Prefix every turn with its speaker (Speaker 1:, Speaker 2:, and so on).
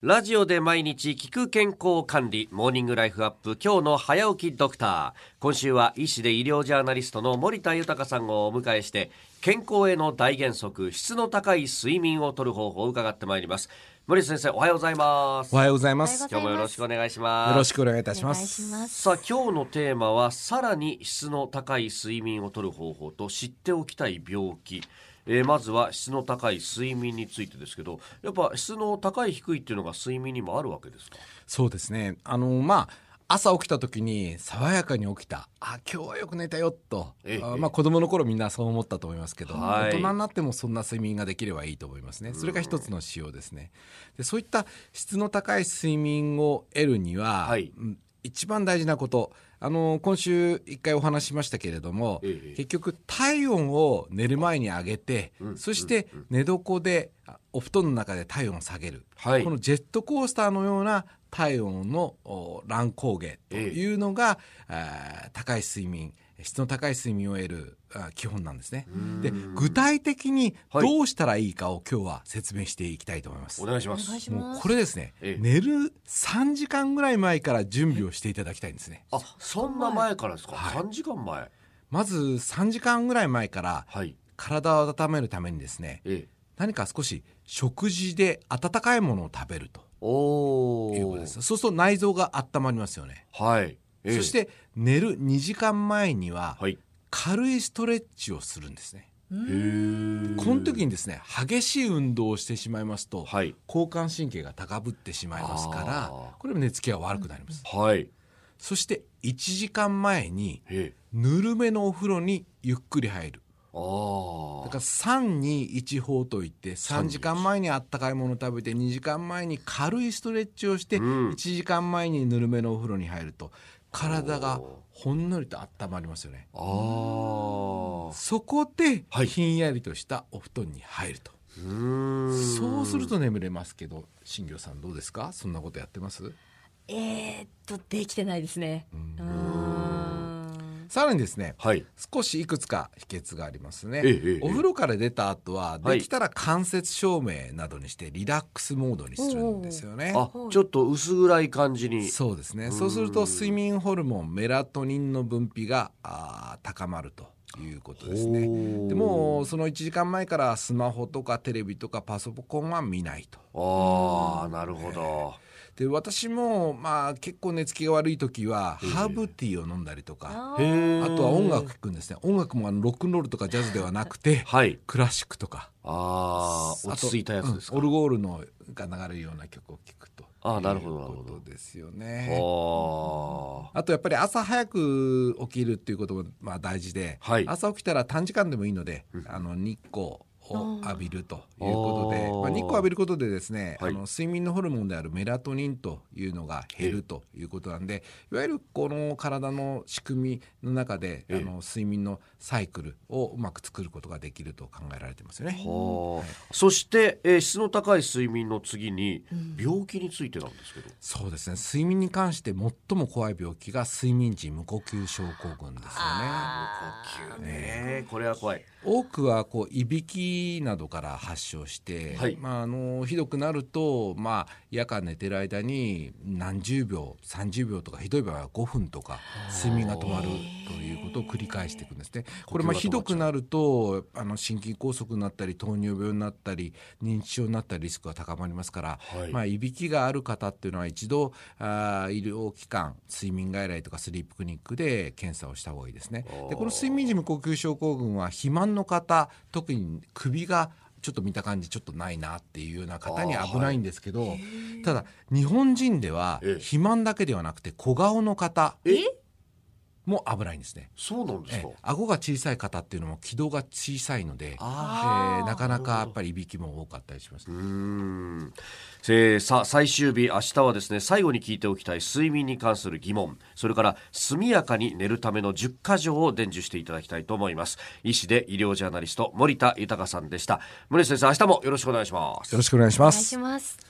Speaker 1: ラジオで毎日聞く健康管理モーニングライフアップ今日の早起きドクター今週は医師で医療ジャーナリストの森田豊さんをお迎えして健康への大原則質の高い睡眠をとる方法を伺ってまいります森田先生おはようございます
Speaker 2: おはようございます。よ
Speaker 1: 今日もよろしくお願いします
Speaker 2: ろしくお願いいたし
Speaker 3: お
Speaker 2: ま
Speaker 3: 願い
Speaker 2: す。
Speaker 3: します。
Speaker 1: さあ今日のテーマはさらに質の高い睡眠をとる方法と知っておきたい病気、えーまずは質の高い睡眠についてですけどやっぱ質の高い低いっていうのが睡眠にもあるわけですか
Speaker 2: そうですね。あのまあ朝起きた時に爽やかに起きた。あ今日はよく寝たよと。
Speaker 1: ええ
Speaker 2: あまあ子供の頃みんなそう思ったと思いますけど、
Speaker 1: はい
Speaker 2: 大人になってもそんな睡眠ができればいいと思いますね。それが一つの仕様ですね。でそういった質の高い睡眠を得るには、
Speaker 1: はい
Speaker 2: うん一番大事なこと。あの今週一回お話ししましたけれども、
Speaker 1: ええ
Speaker 2: 結局体温を寝る前に上げて、そして寝床であお布団の中で体温を下げる、
Speaker 1: はい
Speaker 2: このジェットコースターのような体温のお乱高下というのが、あー高い睡眠質の高い睡眠を得るあー基本なんですねで具体的に
Speaker 1: はい
Speaker 2: どうしたらいいかを今日は説明していきたいと思います、
Speaker 1: お願いし
Speaker 3: お
Speaker 1: ます
Speaker 3: 願いし
Speaker 2: も
Speaker 3: ま
Speaker 2: う
Speaker 3: す。
Speaker 2: これですね、
Speaker 1: ええ
Speaker 2: 寝る3時間ぐらい前から準備をしていただきたいんですね
Speaker 1: あそんな前からですか、
Speaker 2: はい
Speaker 1: 3時間前
Speaker 2: まず3時間ぐらい前から
Speaker 1: はい
Speaker 2: 体を温めるためにですね
Speaker 1: ええ
Speaker 2: 何か少し食事で温かいものを食べると
Speaker 1: お
Speaker 2: いうこと
Speaker 1: ー
Speaker 2: ですそうすると内臓が温まりますよね
Speaker 1: はい、ええ
Speaker 2: そして寝る2時間前には
Speaker 1: はいへ
Speaker 2: 軽いストレッチをするんですね。
Speaker 1: え
Speaker 2: この時にですね激しい運動をしてしまいますと、
Speaker 1: はい
Speaker 2: 交感神経が高ぶってしまいますか
Speaker 1: あ
Speaker 2: ら
Speaker 1: ー
Speaker 2: これも寝つきが悪くなります。
Speaker 1: はい
Speaker 2: そして1時間前に
Speaker 1: ええ
Speaker 2: ぬるめのお風呂にゆっくり入る。
Speaker 1: あ
Speaker 2: だ
Speaker 1: ー
Speaker 2: から321法といって3時間前にあったかいものを食べて2時間前に軽いストレッチをして
Speaker 1: うん
Speaker 2: 1時間前にぬるめのお風呂に入ると体がほんのりと温まりますよね。
Speaker 1: あー
Speaker 2: そこで
Speaker 1: はい
Speaker 2: ひんやりとしたお布団に入ると、
Speaker 1: うーん
Speaker 2: そうすると眠れますけど新業さんどうですかそんなことやってます
Speaker 3: えー、っとできてないですね。うーん。
Speaker 2: さらにですね
Speaker 1: はい
Speaker 2: 少しいくつか秘訣がありますね、
Speaker 1: ええええ
Speaker 2: お風呂から出た後は
Speaker 1: はい
Speaker 2: できたら間接照明などにしてリラックスモードにするんですよね、
Speaker 1: あちょっと薄暗い感じに
Speaker 2: そうですねそうすると睡眠ホルモンメラトニンの分泌があー高まるということですねでもうその1時間前からスマホとかテレビとかパソコンは見ないと。
Speaker 1: ああなるほど
Speaker 2: で私もまあ結構寝つきが悪い時はハーブティーを飲んだりとか、
Speaker 3: あ
Speaker 1: へ
Speaker 3: ー
Speaker 1: え
Speaker 2: あとは音楽聴くんですね音楽もあのロックンロールとかジャズではなくて、
Speaker 1: はい
Speaker 2: クラシックとか
Speaker 1: ああ
Speaker 2: あ
Speaker 1: 落
Speaker 2: と
Speaker 1: ち着いたやつですか、
Speaker 2: うんオルゴールのが流れるような曲を聴くと
Speaker 1: あーなるほどなるほ
Speaker 2: いう
Speaker 1: ど
Speaker 2: ことですよね。
Speaker 1: あ
Speaker 2: あとやっぱり朝早く起きるっていうこともまあ大事で、
Speaker 1: はい
Speaker 2: 朝起きたら短時間でもいいので、あの日光を浴びるということで
Speaker 1: あー
Speaker 2: まあ、日光を浴びることでですね、
Speaker 1: はい
Speaker 2: あの睡眠のホルモンであるメラトニンというのが減るということなんでいわゆるこの体の仕組みの中で、
Speaker 1: ええ
Speaker 2: あの睡眠のサイクルをうまく作ることができると考えられてますよね
Speaker 1: あ。はあそして、えー質の高い睡眠の次に病気についてなんですけど、
Speaker 2: そうですね睡眠に関して最も怖い病気が睡眠時無呼吸症候群ですよね。
Speaker 1: 呼吸ねこれは怖い
Speaker 2: 多くはこういびきなどから発症して、
Speaker 1: はい
Speaker 2: まあ、あのひどくなると、まあ、夜間寝てる間に何十秒30秒とかひどい場合は5分とか睡眠が止まるということを繰り返していくんですね。これまあ
Speaker 1: 呼吸
Speaker 2: ひ
Speaker 1: が止まっちゃう
Speaker 2: どくなるとあの心筋梗塞になったり糖尿病になったり認知症になったりリスクが高まりますから、
Speaker 1: はい
Speaker 2: いまあ、いびきがある方っていうのは一度あー医療機関睡眠外来とかスリープクリニックで検査をした方がいいですね。でこの睡眠時無呼吸症候群は肥満の方特に首がちょっと見た感じちょっとないなっていうような方に
Speaker 1: あーはい
Speaker 2: 危ないんですけど、ただ日本人では
Speaker 1: ええ
Speaker 2: 肥満だけではなくて小顔の方
Speaker 1: え
Speaker 2: も危ないんですね。
Speaker 1: そうなんです
Speaker 2: え
Speaker 1: か
Speaker 2: え顎が小さい方っていうのも気道が小さいので、え
Speaker 1: あ
Speaker 2: えなかなかやっぱりいびきも多かったりします。
Speaker 1: うーんえーさあ最終日明日はですね最後に聞いておきたい睡眠に関する疑問それから速やかに寝るための10か条を伝授していただきたいと思います医師で医療ジャーナリスト森田豊さんでした森田先生明日もよろしくお願いします
Speaker 2: よろしくお願いし
Speaker 3: お
Speaker 2: ま
Speaker 3: 願い
Speaker 2: す
Speaker 3: し。ます。